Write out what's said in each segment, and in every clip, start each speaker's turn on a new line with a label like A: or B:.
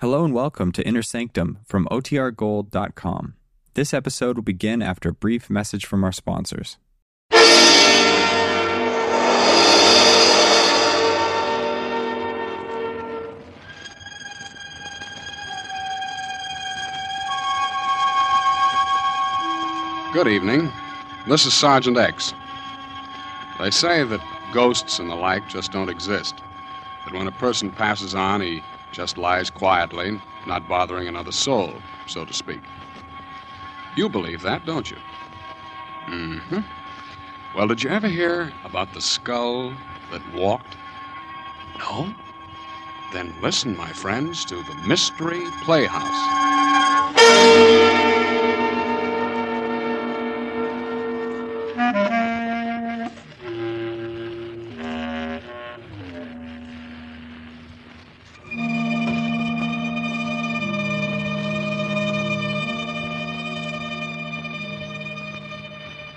A: Hello and welcome to Inner Sanctum from OTRGold.com. This episode will begin after a brief message from our sponsors.
B: Good evening. This is Sergeant X. They say that ghosts and the like just don't exist. That when a person passes on, he just lies quietly, not bothering another soul, so to speak. You believe that, don't you? hmm. Well, did you ever hear about the skull that walked? No? Then listen, my friends, to the Mystery Playhouse.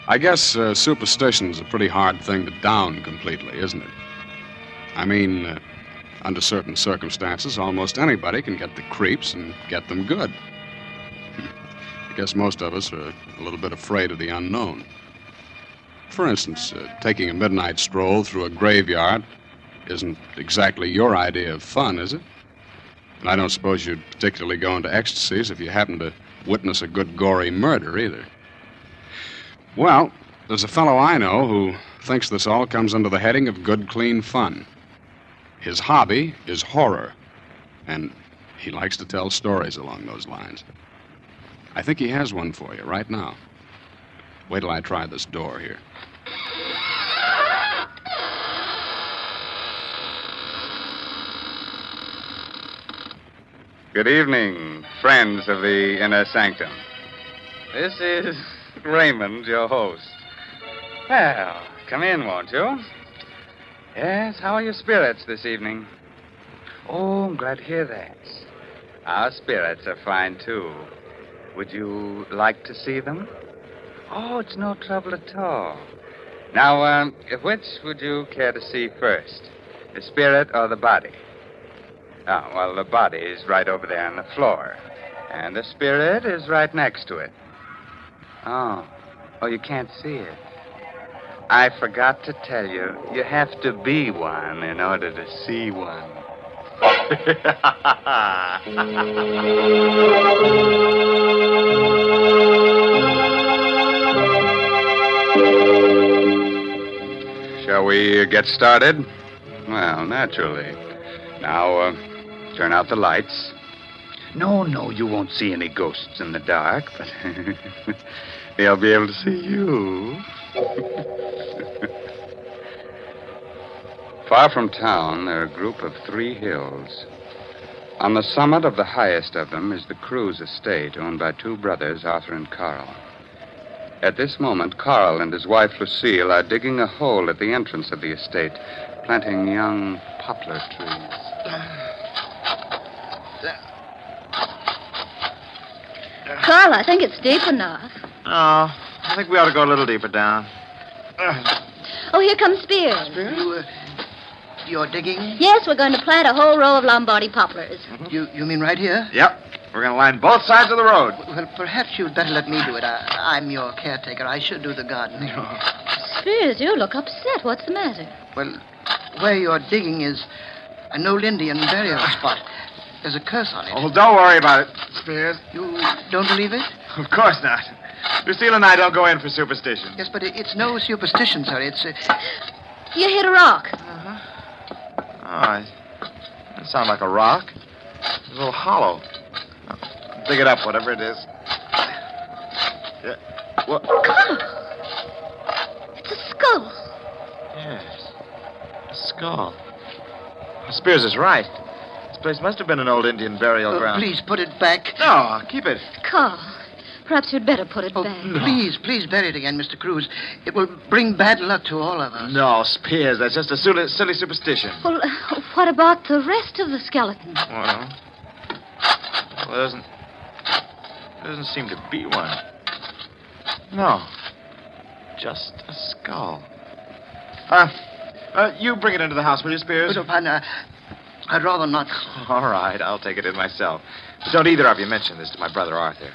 B: I guess uh, superstition's a pretty hard thing to down completely, isn't it? I mean, uh, under certain circumstances, almost anybody can get the creeps and get them good. I guess most of us are a little bit afraid of the unknown. For instance, uh, taking a midnight stroll through a graveyard isn't exactly your idea of fun, is it? And I don't suppose you'd particularly go into ecstasies if you happened to witness a good gory murder, either. Well, there's a fellow I know who thinks this all comes under the heading of good, clean fun. His hobby is horror, and he likes to tell stories along those lines. I think he has one for you right now. Wait till I try this door here.
C: Good evening, friends of the Inner Sanctum. This is Raymond, your host. Well, come in, won't you? Yes, how are your spirits this evening? Oh, I'm glad to hear that. Our spirits are fine, too. Would you like to see them? Oh, it's no trouble at all. Now, um, which would you care to see first? The spirit or the body? Oh, well, the body is right over there on the floor. And the spirit is right next to it. Oh. Oh, you can't see it. I forgot to tell you, you have to be one in order to see one. Shall we uh, get started? Well, naturally. Now, uh, turn out the lights. No, no, you won't see any ghosts in the dark, but they'll be able to see you. Far from town, there are a group of three hills. On the summit of the highest of them is the Cruz estate, owned by two brothers, Arthur and Carl. At this moment, Carl and his wife Lucille are digging a hole at the entrance of the estate, planting young poplar trees.
D: Carl, I think it's deep enough.
E: Oh, I think we ought to go a little deeper down.
D: Oh, here comes Spears.
F: You, uh, you're digging?
D: Yes, we're going to plant a whole row of Lombardy poplars.
F: You, you mean right here?
E: Yep. We're going to line both sides of the road.
F: Well, perhaps you'd better let me do it. I, I'm your caretaker. I should do the gardening.
D: Spears, you look upset. What's the matter?
F: Well, where you're digging is an old Indian burial spot. There's a curse on it.
E: Oh, don't worry about it, Spears.
F: You don't believe it?
E: Of course not. Lucille and I don't go in for superstition.
F: Yes, but it, it's no superstition, sir. It's. Uh,
D: You hit a rock.
E: Oh, I, that sounds like a rock. It's a little hollow. Oh, dig it up, whatever it is. Yeah. What?
D: Carl! It's a skull.
E: Yes. A skull. Spears is right. This place must have been an old Indian burial
F: oh,
E: ground.
F: please put it back.
E: No, keep it.
D: Carl, perhaps you'd better put it
F: Oh,
D: back.
F: please, please bury it again, Mr. Cruz. It will bring bad luck to all of us.
E: No, Spears, that's just a silly, silly superstition.
D: Well, uh, what about the rest of the skeleton?
E: Well, well, there doesn't there doesn't seem to be one. No, just a skull. Uh, uh, you bring it into the house, will you, Spears?
F: But, uh, I- I'd rather not.
E: All right, I'll take it in myself. But don't either of you mention this to my brother Arthur.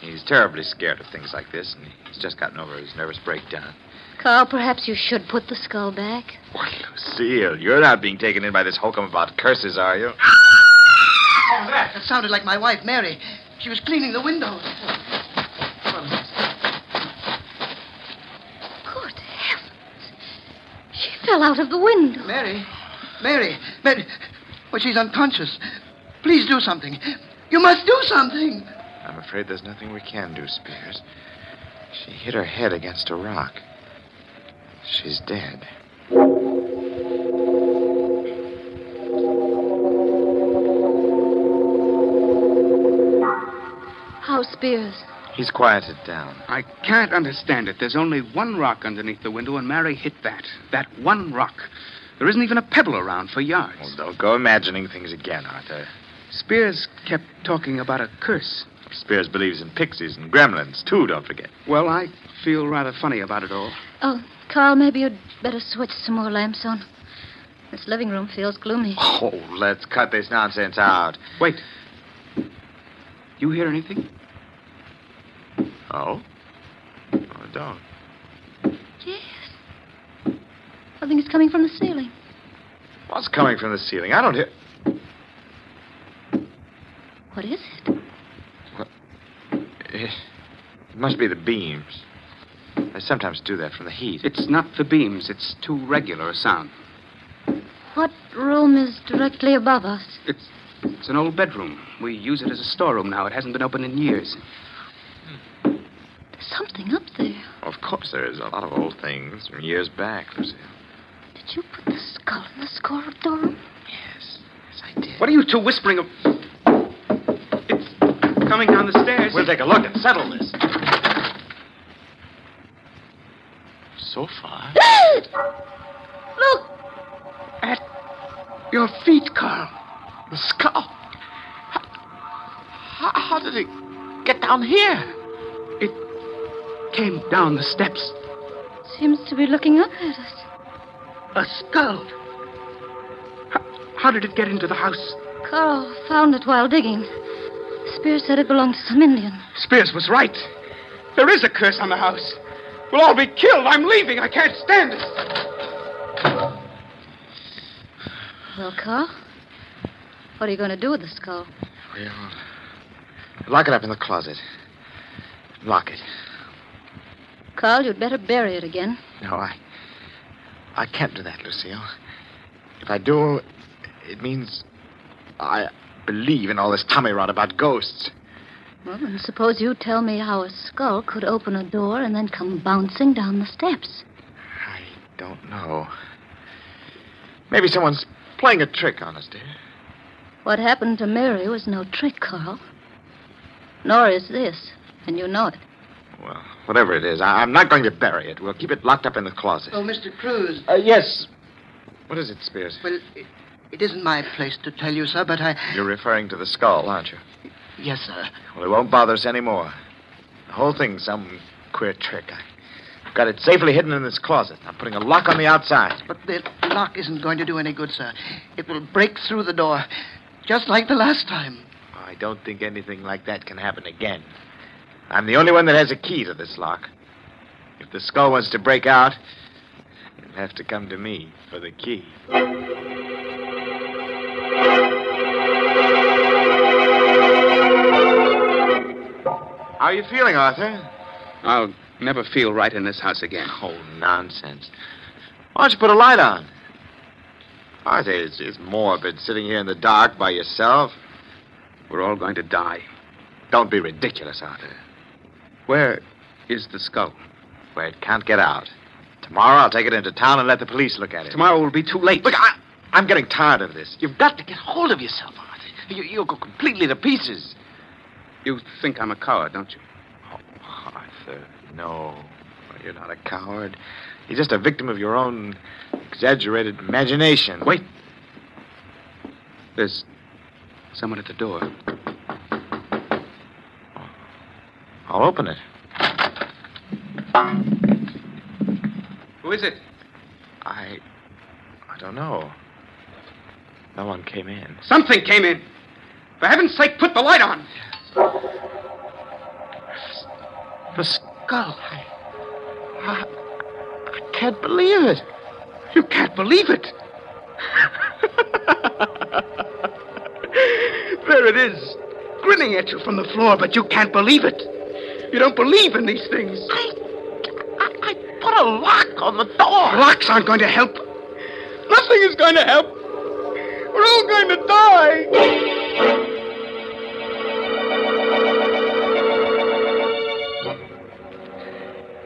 E: He's terribly scared of things like this, and he's just gotten over his nervous breakdown.
D: Carl, perhaps you should put the skull back.
E: Well, Lucille, you're not being taken in by this hokum about curses, are you?
F: That sounded like my wife, Mary. She was cleaning the window.
D: Good heavens. She fell out of the window.
F: Mary, Mary, Mary. Well, she's unconscious. Please do something. You must do something.
E: I'm afraid there's nothing we can do, Spears. She hit her head against a rock. She's dead.
D: How Spears?
E: He's quieted down.
C: I can't understand it. There's only one rock underneath the window, and Mary hit that. That one rock. There isn't even a pebble around for yards.
E: Well, don't go imagining things again, Arthur.
C: Spears kept talking about a curse.
E: Spears believes in pixies and gremlins, too, don't forget.
C: Well, I feel rather funny about it all.
D: Oh, Carl, maybe you'd better switch some more lamps on. This living room feels gloomy.
E: Oh, let's cut this nonsense out.
C: Wait. You hear anything?
E: Oh? Oh, don't.
D: Yes. I think it's coming from the ceiling.
E: What's coming from the ceiling? I don't hear.
D: What is it?
E: Eh, It must be the beams. They sometimes do that from the heat.
C: It's not the beams. It's too regular a sound.
D: What room is directly above us?
C: It's, it's an old bedroom. We use it as a storeroom now. It hasn't been open in years.
D: There's something up there.
E: Of course, there is a lot of old things from years back, Lucille.
D: Did you put the skull in this corridor?
E: Yes, yes, I did.
C: What are you two whispering of? It's coming down the stairs.
E: We'll take a look and settle this. So far,
D: Look!
C: Your feet, Carl.
E: the skull. How, how did it get down here?
C: It came down the steps.
D: Seems to be looking up at us.
C: A skull. How, how did it get into the house?
D: Carl found it while digging. Spears said it belonged to some Indian.
C: Spears was right. There is a curse on the house. We'll all be killed. I'm leaving. I can't stand this.
D: Well, Carl, what are you going to do with the skull?
E: Well, lock it up in the closet. Lock it.
D: Carl, you'd better bury it again.
E: No, I. I can't do that, Lucille. If I do, it means I believe in all this tommy rot about ghosts.
D: Well, then suppose you tell me how a skull could open a door and then come bouncing down the steps.
E: I don't know. Maybe someone's playing a trick on us, dear.
D: What happened to Mary was no trick, Carl. Nor is this, and you know it.
E: Well, whatever it is, I- I'm not going to bury it. We'll keep it locked up in the closet.
F: Oh, Mr. Cruz.
E: Uh, yes. What is it, Spears?
F: Well, it, it isn't my place to tell you, sir, but I.
E: You're referring to the skull, aren't you?
F: Yes, sir.
E: Well, it won't bother us anymore. The whole thing's some queer trick. I've got it safely hidden in this closet. I'm putting a lock on the outside.
F: But the lock isn't going to do any good, sir. It will break through the door, just like the last time.
E: I don't think anything like that can happen again. I'm the only one that has a key to this lock. If the skull wants to break out, it'll have to come to me for the key. How are you feeling, Arthur?
C: I'll never feel right in this house again.
E: Oh, nonsense. Why don't you put a light on? Arthur, it's, it's morbid sitting here in the dark by yourself.
C: We're all going to die.
E: Don't be ridiculous, Arthur.
C: Where is the skull?
E: Where it can't get out. Tomorrow I'll take it into town and let the police look at it.
C: Tomorrow will be too late.
E: Look, I, I'm getting tired of this. You've got to get hold of yourself, Arthur. You, you'll go completely to pieces.
C: You think I'm a coward, don't you?
E: Oh, Arthur, no. You're not a coward. You're just a victim of your own exaggerated imagination.
C: Wait. There's someone at the door.
E: I'll open it.
C: Who is it?
E: I. I don't know. No one came in.
C: Something came in. For heaven's sake, put the light on.
E: The skull. I, I, I can't believe it.
C: You can't believe it. there it is, grinning at you from the floor, but you can't believe it. You don't believe in these things.
E: I, I, I put a lock on the door.
C: Locks aren't going to help. Nothing is going to help. We're all going to die.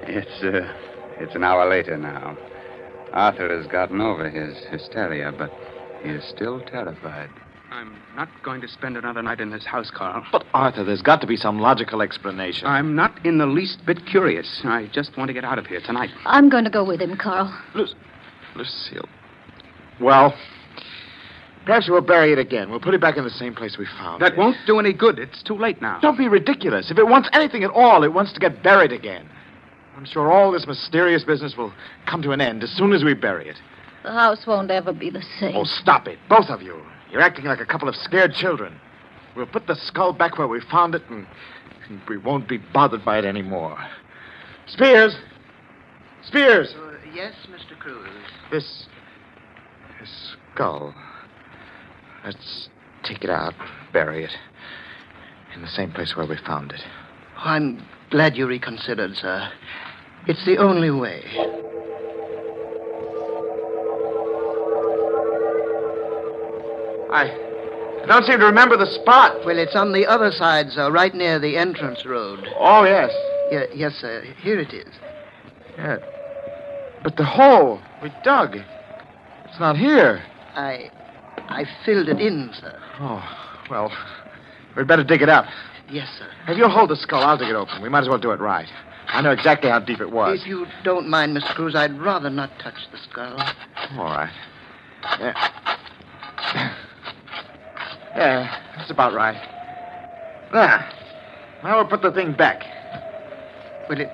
G: It's uh, it's an hour later now. Arthur has gotten over his hysteria, but he is still terrified.
C: I'm not going to spend another night in this house, Carl.
E: But, Arthur, there's got to be some logical explanation.
C: I'm not in the least bit curious. I just want to get out of here tonight.
D: I'm going to go with him, Carl.
E: Lu- Lucille. Well, perhaps we'll bury it again. We'll put it back in the same place we found
C: That
E: it.
C: won't do any good. It's too late now.
E: Don't be ridiculous. If it wants anything at all, it wants to get buried again. I'm sure all this mysterious business will come to an end as soon as we bury it.
D: The house won't ever be the same.
E: Oh, stop it, both of you. You're acting like a couple of scared children. We'll put the skull back where we found it, and, and we won't be bothered by it anymore. Spears! Spears!
F: Uh, yes, Mr. Cruz.
E: This. this skull. Let's take it out, bury it. In the same place where we found it.
F: Oh, I'm glad you reconsidered, sir. It's the only way.
E: I. I don't seem to remember the spot.
F: Well, it's on the other side, sir, right near the entrance road.
E: Oh, yes.
F: Ye- yes, sir. Here it is.
E: Yeah. But the hole we dug, it's not here.
F: I. I filled it in, sir.
E: Oh, well, we'd better dig it up.
F: Yes, sir.
E: If you'll hold the skull, I'll dig it open. We might as well do it right. I know exactly how deep it was.
F: If you don't mind, Mr. Cruz, I'd rather not touch the skull.
E: All right. Yeah. yeah, that's about right. There. Now we'll put the thing back.
F: Well, it.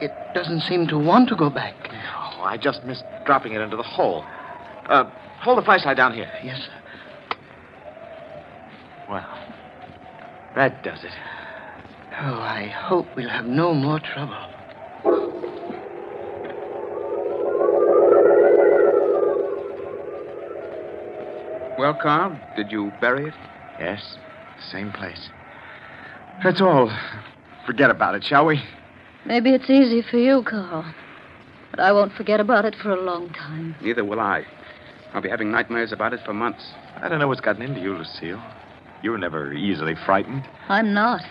F: It doesn't seem to want to go back.
E: Oh, I just missed dropping it into the hole. Uh, hold the flashlight down here.
F: Yes, sir.
E: Well, that does it.
F: Oh, I hope we'll have no more trouble.
C: Well, Carl, did you bury it?
E: Yes, same place. That's all. Forget about it, shall we?
D: Maybe it's easy for you, Carl. But I won't forget about it for a long time.
C: Neither will I. I'll be having nightmares about it for months.
E: I don't know what's gotten into you, Lucille. You were never easily frightened.
D: I'm not.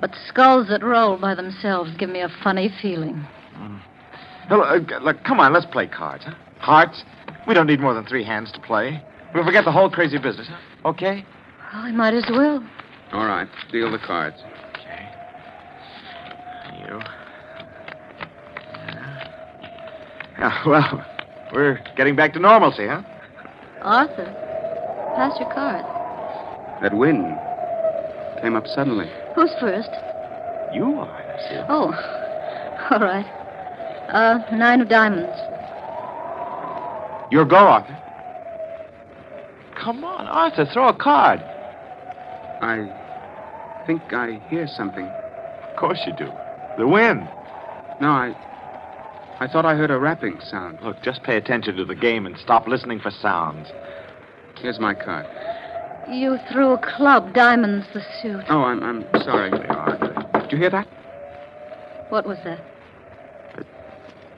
D: But skulls that roll by themselves give me a funny feeling.
E: Now, look, uh, look, come on, let's play cards. Huh? Hearts? We don't need more than three hands to play. We'll forget the whole crazy business, okay?
D: Oh, I might as well.
C: All right, deal the cards.
E: Okay. You. Yeah, well, we're getting back to normalcy, huh?
D: Arthur, pass your card.
C: That wind came up suddenly.
D: Who's first?
E: You are, Lucille.
D: Oh, all right. Uh, nine of diamonds.
E: Your go, Arthur. Come on, Arthur, throw a card.
C: I think I hear something.
E: Of course you do. The wind.
C: No, I. I thought I heard a rapping sound.
E: Look, just pay attention to the game and stop listening for sounds.
C: Here's my card.
D: You threw a club, diamonds the suit.
C: Oh, I'm, I'm sorry. Did you hear that?
D: What was that?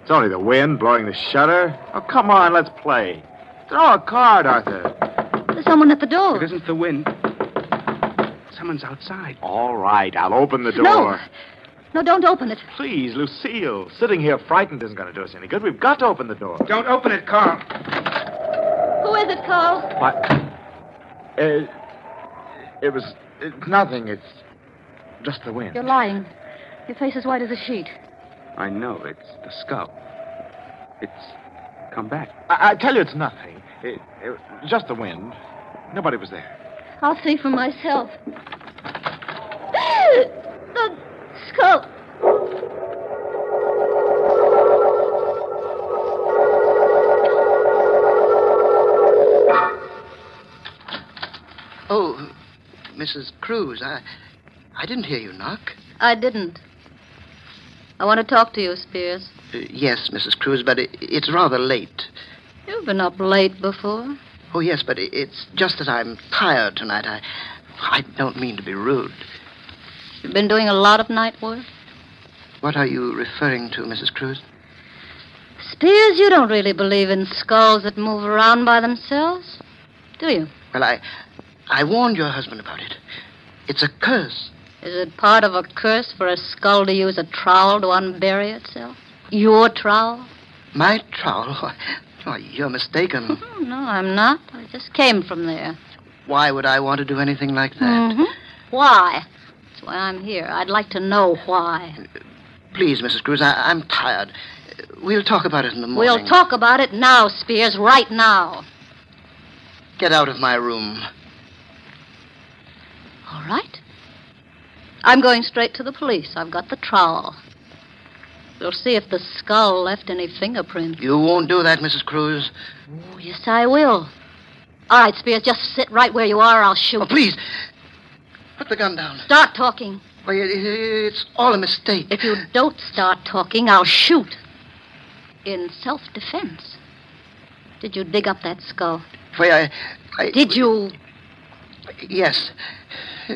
E: It's only the wind blowing the shutter. Oh, come on, let's play. Throw a card, Arthur.
D: There's someone at the door.
C: It isn't the wind. Someone's outside.
E: All right, I'll open the door.
D: No. No, don't open it.
E: Please, Lucille. Sitting here frightened isn't going to do us any good. We've got to open the door.
C: Don't open it, Carl.
D: Who is it, Carl?
E: What? Uh, it was it's nothing. It's just the wind.
D: You're lying. Your face is white as a sheet.
C: I know, it's the skull. It's come back.
E: I, I tell you, it's nothing. It, it, just the wind. Nobody was there.
D: I'll see for myself. the skull.
F: Oh, Mrs. Cruz, I, I didn't hear you knock.
D: I didn't. I want to talk to you, Spears.
F: Uh, yes, Mrs. Cruz, but it, it's rather late.
D: You've been up late before.
F: Oh, yes, but it, it's just that I'm tired tonight. I, I don't mean to be rude.
D: You've been doing a lot of night work.
F: What are you referring to, Mrs. Cruz?
D: Spears, you don't really believe in skulls that move around by themselves, do you?
F: Well, I, I warned your husband about it. It's a curse.
D: Is it part of a curse for a skull to use a trowel to unbury itself? Your trowel?
F: My trowel? Why, you're mistaken.
D: Oh, no, I'm not. I just came from there.
F: Why would I want to do anything like that?
D: Mhm.
F: Mm-hmm.
D: Why? That's why I'm here. I'd like to know why.
F: Please, Mrs. Cruz, I, I'm tired. We'll talk about it in the morning.
D: We'll talk about it now, Spears, right now.
F: Get out of my room.
D: All right. I'm going straight to the police. I've got the trowel. We'll see if the skull left any fingerprint.
F: You won't do that, Mrs. Cruz.
D: Oh, yes, I will. All right, Spears, just sit right where you are. I'll shoot.
F: Oh, please, put the gun down.
D: Start talking.
F: Why, it- it- it's all a mistake.
D: If you don't start talking, I'll shoot. In self defense. Did you dig up that skull?
F: Why, I, I...
D: Did you?
F: Yes.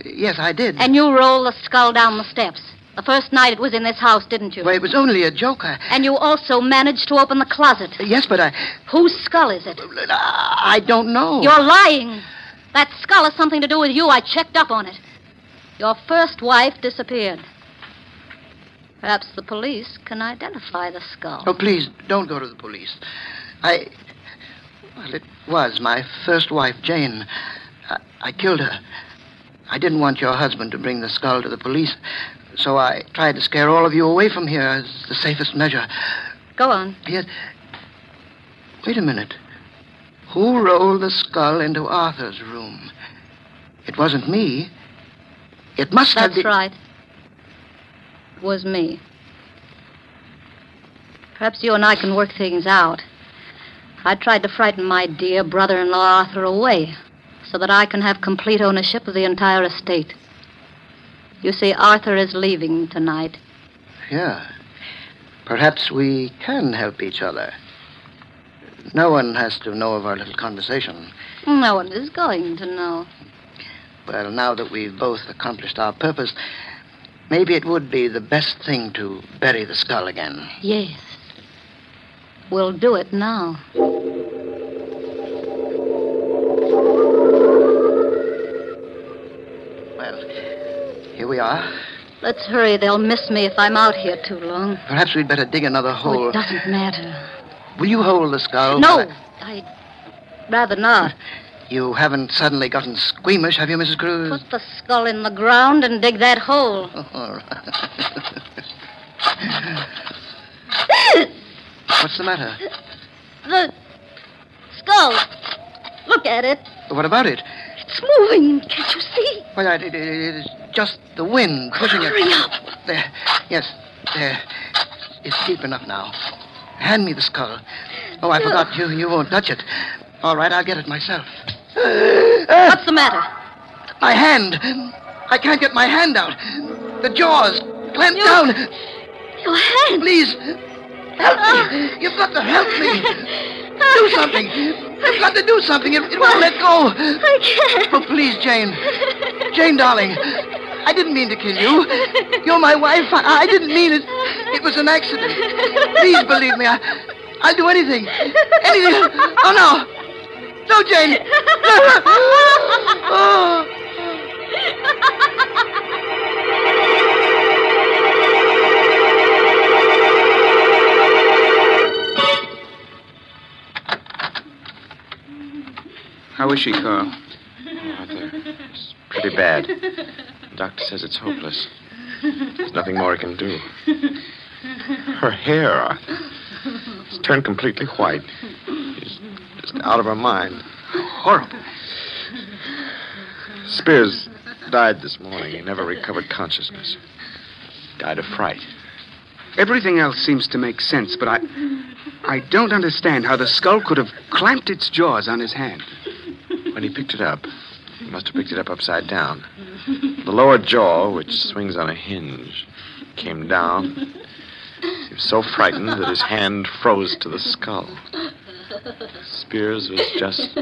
F: Yes, I did.
D: And you rolled the skull down the steps. The first night it was in this house, didn't you?
F: Why, it was only a joke. I...
D: And you also managed to open the closet.
F: Yes, but I...
D: Whose skull is it?
F: I don't know.
D: You're lying. That skull has something to do with you. I checked up on it. Your first wife disappeared. Perhaps the police can identify the skull.
F: Oh, please, don't go to the police. I... Well, it was my first wife, Jane. I, I killed her. I didn't want your husband to bring the skull to the police, so I tried to scare all of you away from here as the safest measure.
D: Go on.
F: Yet... Wait a minute. Who rolled the skull into Arthur's room? It wasn't me. It must have
D: That's
F: been...
D: right. It was me. Perhaps you and I can work things out. I tried to frighten my dear brother in law Arthur away so that I can have complete ownership of the entire estate. You see, Arthur is leaving tonight.
F: Yeah. Perhaps we can help each other. No one has to know of our little conversation.
D: No one is going to know.
F: Well, now that we've both accomplished our purpose, maybe it would be the best thing to bury the skull again.
D: Yes. We'll do it now.
F: Well, here we are.
D: Let's hurry. They'll miss me if I'm out here too long.
F: Perhaps we'd better dig another
D: Oh,
F: hole.
D: it doesn't matter.
F: Will you hold the skull?
D: no,
F: while Oh, I-
D: I'd rather not.
F: You haven't suddenly gotten squeamish, have you, Mrs. Cruz?
D: Put the skull in the ground and dig that hole.
F: All right. What's the matter?
D: The skull. Look at it.
F: What about it?
D: It's moving. Can't you see?
F: Well, it, it, it is just the wind pushing it.
D: Hurry up.
F: There. Yes, there. It's deep enough now. Hand me the skull. Oh, I forgot. You, you won't touch it. All right, I'll get it myself. Ah,
D: What's the matter?
F: my hand. I can't get my hand out. The jaws. Clamp
D: You-
F: down.
D: Your hand.
F: Please. Help me. You've got to help me. Do something. You've got to do something. It, it won't let go.
D: I can't.
F: Oh, please, Jane. Jane, darling. I didn't mean to kill you. You're my wife. I, I didn't mean it. It was an accident. Please believe me. I, I'll do anything. Anything. Oh, no. No, Jane. No. Oh.
C: How is she, Carl?
E: It's Ah, pretty bad. The doctor says it's hopeless. There's nothing more he can do. Her hair, Arthur. It's turned completely white. She's just out of her mind. Horrible. Spears died this morning. He never recovered consciousness. Died of fright.
C: Everything else seems to make sense, but I. I don't understand how the skull could have clamped its jaws on his hand.
E: When he picked it up, You must have picked it up upside down. The lower jaw, which swings on a hinge, came down. He was so frightened that his hand froze to the skull. Spears was just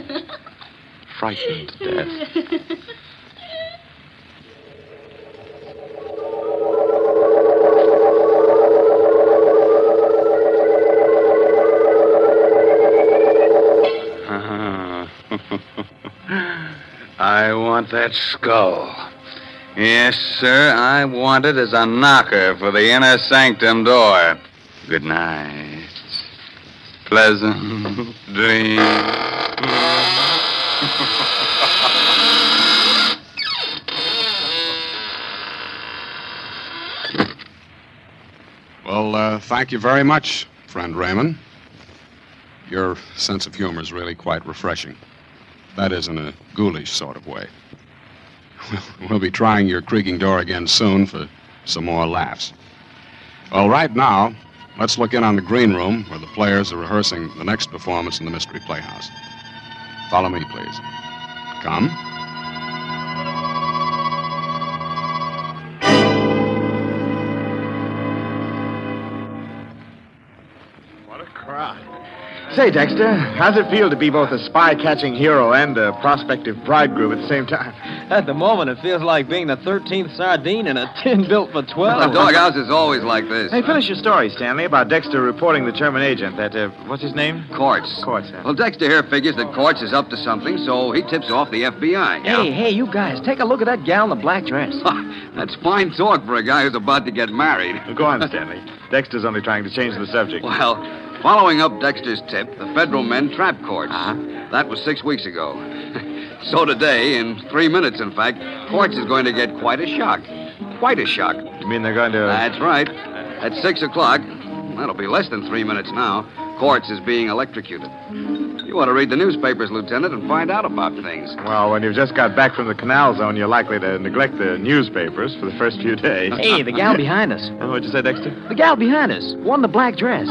E: frightened to death.
G: Uh-huh. I want that skull. Yes, sir, I want it as a knocker for the inner sanctum door. Good night. Pleasant dreams.
B: Well, uh, thank you very much, friend Raymond. Your sense of humor is really quite refreshing. That is, in a ghoulish sort of way. We'll- We'll be trying your creaking door again soon for some more laughs. Well, right now, let's look in on the green room where the players are rehearsing the next performance in the Mystery Playhouse. Follow me, please. Come.
E: What a crowd. Say, Dexter, how's it feel to be both a spy catching hero and a prospective bridegroom at the same time?
H: At the moment, it feels like being the 13th sardine in a tin built for 12.
G: doghouse is always like this.
E: Hey, finish your story, Stanley, about Dexter reporting the German agent. That, uh, what's his name?
C: Courts.
E: Courts. uh,
C: Well, Dexter here figures that Courts is up to something, so he tips off the FBI.
H: Hey, hey, you guys, take a look at that gal in the black dress.
C: That's fine talk for a guy who's about to get married.
E: Go on, Stanley. Dexter's only trying to change the subject.
C: Well, following up Dexter's tip, the federal men trapped Courts. That was six weeks ago. so today, in three minutes, in fact, Courts is going to get quite a shock. Quite a shock.
E: You mean they're going to.
C: That's right. At six o'clock, that'll be less than three minutes now, Quartz is being electrocuted. You ought to read the newspapers, Lieutenant, and find out about things.
E: Well, when you've just got back from the canal zone, you're likely to neglect the newspapers for the first few days.
H: Hey, the gal behind us.
E: Uh, What'd you say, Dexter? Oh,
H: The gal behind us. One in the black dress.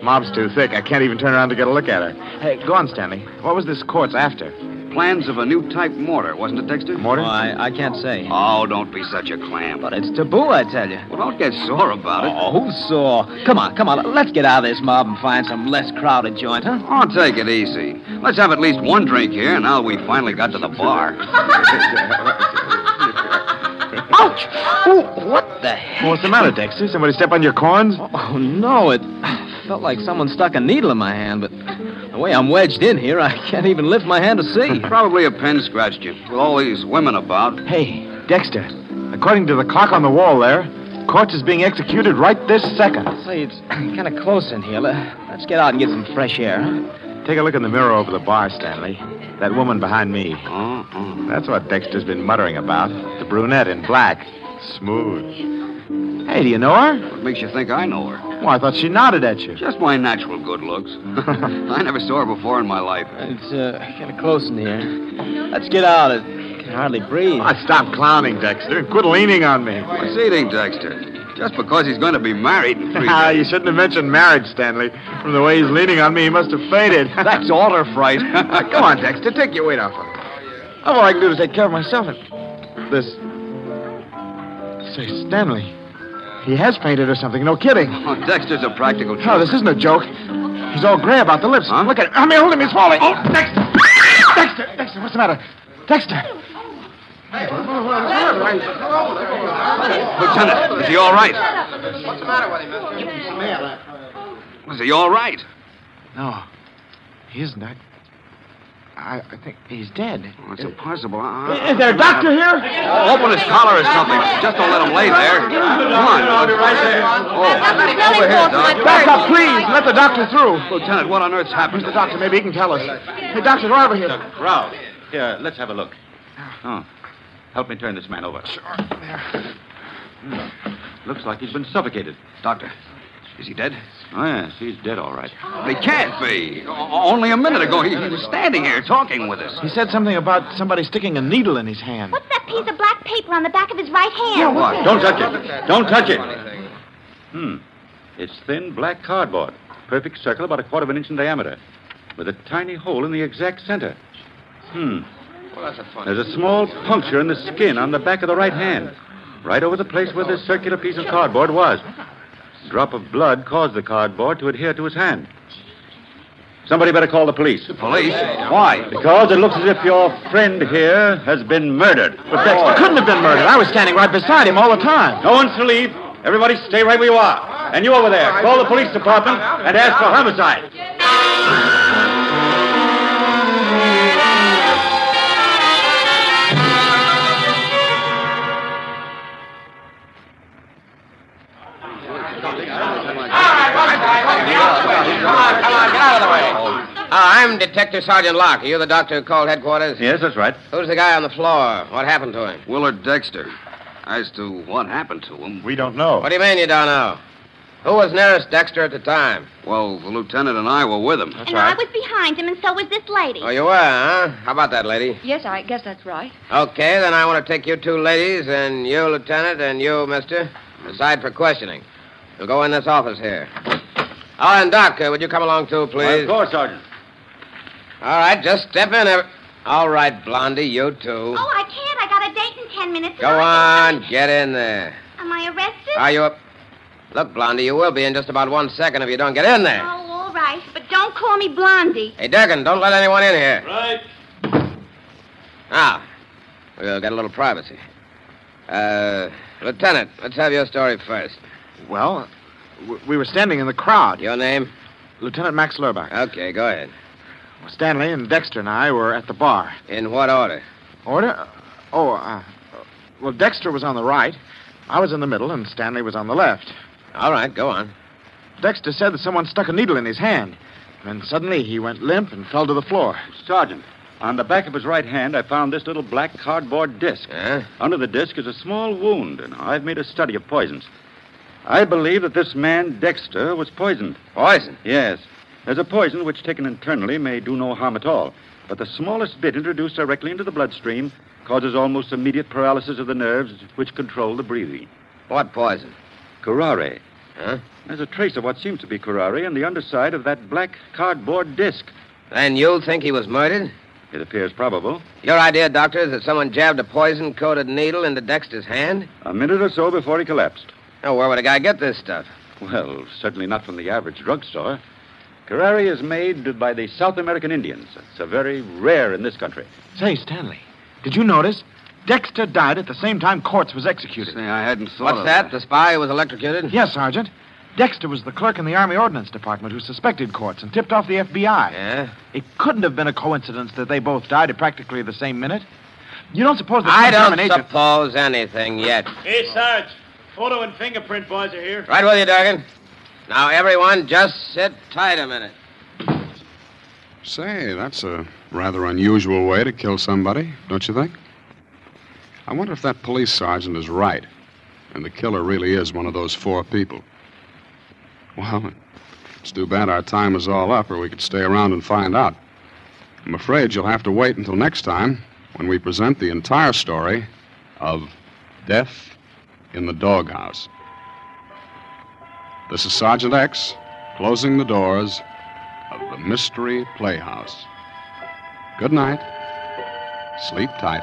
E: Mob's too thick. I can't even turn around to get a look at her. Hey, go on, Stanley. What was this court's after?
C: Plans of a new type mortar, wasn't it, Dexter?
E: Mortar?
H: Oh, I, I can't say.
C: Oh, don't be such a clam.
H: But it's taboo, I tell you.
C: Well, don't get sore about it.
H: Oh, who's sore? Come on, come on. Let's get out of this mob and find some less crowded joint, huh?
C: Oh, take it easy. Let's have at least one drink here now we finally got to the bar.
H: Ouch! Oh, what the heck?
E: What's the matter, Dexter? Somebody step on your corns?
H: Oh, no, it felt like someone stuck a needle in my hand, but the way I'm wedged in here, I can't even lift my hand to see.
C: Probably a pen scratched you. With all these women about.
E: Hey, Dexter. According to the clock on the wall there, Courts is being executed right this second.
H: Say, it's kind of close in here. Le- Let's get out and get some fresh air, huh?
E: Take a look in the mirror over the bar, Stanley. That woman behind me.
C: Oh, oh.
E: That's what Dexter's been muttering about. The brunette in black. Smooth. Hey, do you know her?
C: What makes you think I know her?
E: Well, I thought she nodded at you.
C: Just my natural good looks. I never saw her before in my life.
H: It's uh, kind of close in here. Let's get out. I can hardly breathe.
E: Oh, stop clowning, Dexter. Quit leaning on me.
C: What's eating, Dexter? Just because he's going to be married in three
E: Ah,
C: days.
E: you shouldn't have mentioned marriage, Stanley. From the way he's leaning on me, he must have fainted.
C: That's order fright.
E: Come on, Dexter. Take your weight off of him. All I can do is take care of myself and this. Say, Stanley. He has fainted or something. No kidding.
C: Oh, Dexter's a practical
E: No, Oh, this isn't a joke. He's all gray about the lips.
C: Huh?
E: Look at him. I mean, hold him. He's falling. Oh, Dexter. Dexter. Dexter, what's the matter? Dexter.
C: Lieutenant, is he all right? What's the matter with him? Is he all right?
E: No, he isn't. I, I, I think he's dead.
C: Well, it's impossible. I- I-
E: Is there Oh, a doctor here?
C: Oh, open his collar or something. Just don't let him lay there. Come on.
E: I'll be right there.
C: Oh, over here, Doc.
E: Back up, please. Let the doctor through.
C: Lieutenant, what on earth's happened?
E: The doctor, maybe he can tell us. Hey, doctor, right over here.
I: Ralph, here, let's have a look. Oh, help me turn this man over. Sure. Looks like he's been suffocated.
C: Doctor, is he dead?
I: Oh, yes, he's dead all right.
C: He can't be. O- Only a minute ago, he, he was standing here talking with us.
E: He said something about somebody sticking a needle in his hand.
J: What's that piece of black paper on the back of his right hand?
C: What?
I: Don't touch it. Don't touch it. Hmm. It's thin black cardboard. Perfect circle, about a quarter of an inch in diameter. With a tiny hole in the exact center. Hmm.
K: Well, that's a
C: There's a small puncture in the skin on the back of the right hand, right over the place where this circular piece of cardboard was. A drop of blood caused the cardboard to adhere to his hand. Somebody better call the police. The
L: police?
C: Why? Because it looks as if your friend here has been murdered.
E: But Dexter couldn't have been murdered. I was standing right beside him all the time.
C: No one's to leave. Everybody stay right where you are. And you over there, call the police department and ask for homicide.
F: I'm Detective Sergeant Locke. Are you the doctor who called headquarters?
C: Yes, that's right.
F: Who's the guy on the floor? What happened to him?
L: Willard Dexter. As to what happened to him,
C: we don't know.
F: What do you mean you don't know? Who was nearest Dexter at the time?
L: Well, the lieutenant and I were with him.
D: and I was behind him, and so was this lady.
F: Oh, you were, huh? How about that, lady?
M: Yes, I guess that's right.
F: Okay, then I want to take you two ladies, and you, Lieutenant, and you, Mister, aside for questioning. You'll go in this office here. Oh, and Doc, uh, would you come along too, please?
C: Of course, Sergeant.
F: All right, just step in. Every... All right, Blondie, you too.
D: Oh, I can't. I got a date in ten minutes.
F: Go on, get in there.
D: Am I arrested?
F: Are you up? Look, Blondie, you will be in just about one second if you don't get in there.
D: Oh, all right, but don't call me Blondie.
F: Hey, Duggan, don't let anyone in here.
C: Right.
F: Now, we'll get a little privacy. Uh, Lieutenant, let's have your story first.
E: Well, w- we were standing in the crowd.
F: Your name?
E: Lieutenant Max Lurbach.
F: Okay, go ahead.
E: Stanley and Dexter and I were at the bar.
F: In what order?
E: Order? Oh, uh, well, Dexter was on the right. I was in the middle, and Stanley was on the left.
F: All right, go on.
E: Dexter said that someone stuck a needle in his hand. And suddenly he went limp and fell to the floor.
C: Sergeant, on the back of his right hand, I found this little black cardboard disc.
F: Yeah?
C: Under the disc is a small wound, and I've made a study of poisons. I believe that this man, Dexter, was poisoned.
F: Poison?
C: Yes. There's a poison which, taken internally, may do no harm at all. But the smallest bit introduced directly into the bloodstream causes almost immediate paralysis of the nerves which control the breathing.
F: What poison?
C: Curare.
F: Huh?
C: There's a trace of what seems to be curare in the underside of that black cardboard disc.
F: Then you think he was murdered?
C: It appears probable.
F: Your idea, Doctor, is that someone jabbed a poison coated needle into Dexter's hand?
C: A minute or so before he collapsed.
F: Oh, where would a guy get this stuff?
C: Well, certainly not from the average drugstore. Curare is made by the South American Indians. It's a very rare in this country.
E: Say, Stanley, did you notice? Dexter died at the same time Quartz was executed.
L: Say, I hadn't thought
F: What's
L: of
F: that? The spy who was electrocuted?
E: Yes, Sergeant. Dexter was the clerk in the Army Ordnance Department who suspected Quartz and tipped off the FBI.
F: Yeah?
E: It couldn't have been a coincidence that they both died at practically the same minute. You don't suppose that
F: I
E: some
F: don't
E: German agent-
F: suppose anything yet.
N: Hey, Sarge. Photo and fingerprint boys are here.
F: Right with you, Duggan. Now, everyone, just sit tight a minute.
B: Say, that's a rather unusual way to kill somebody, don't you think? I wonder if that police sergeant is right, and the killer really is one of those four people. Well, it's too bad our time is all up, or we could stay around and find out. I'm afraid you'll have to wait until next time when we present the entire story of Death in the Doghouse. This is Sergeant X closing the doors of the Mystery Playhouse. Good night. Sleep tight.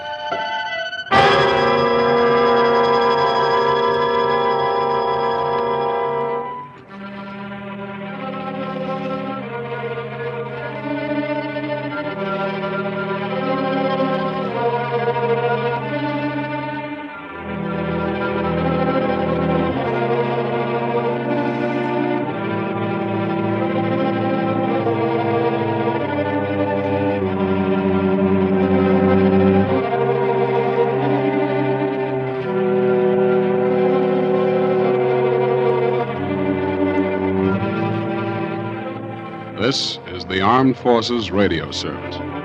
B: This is the Armed Forces Radio Service.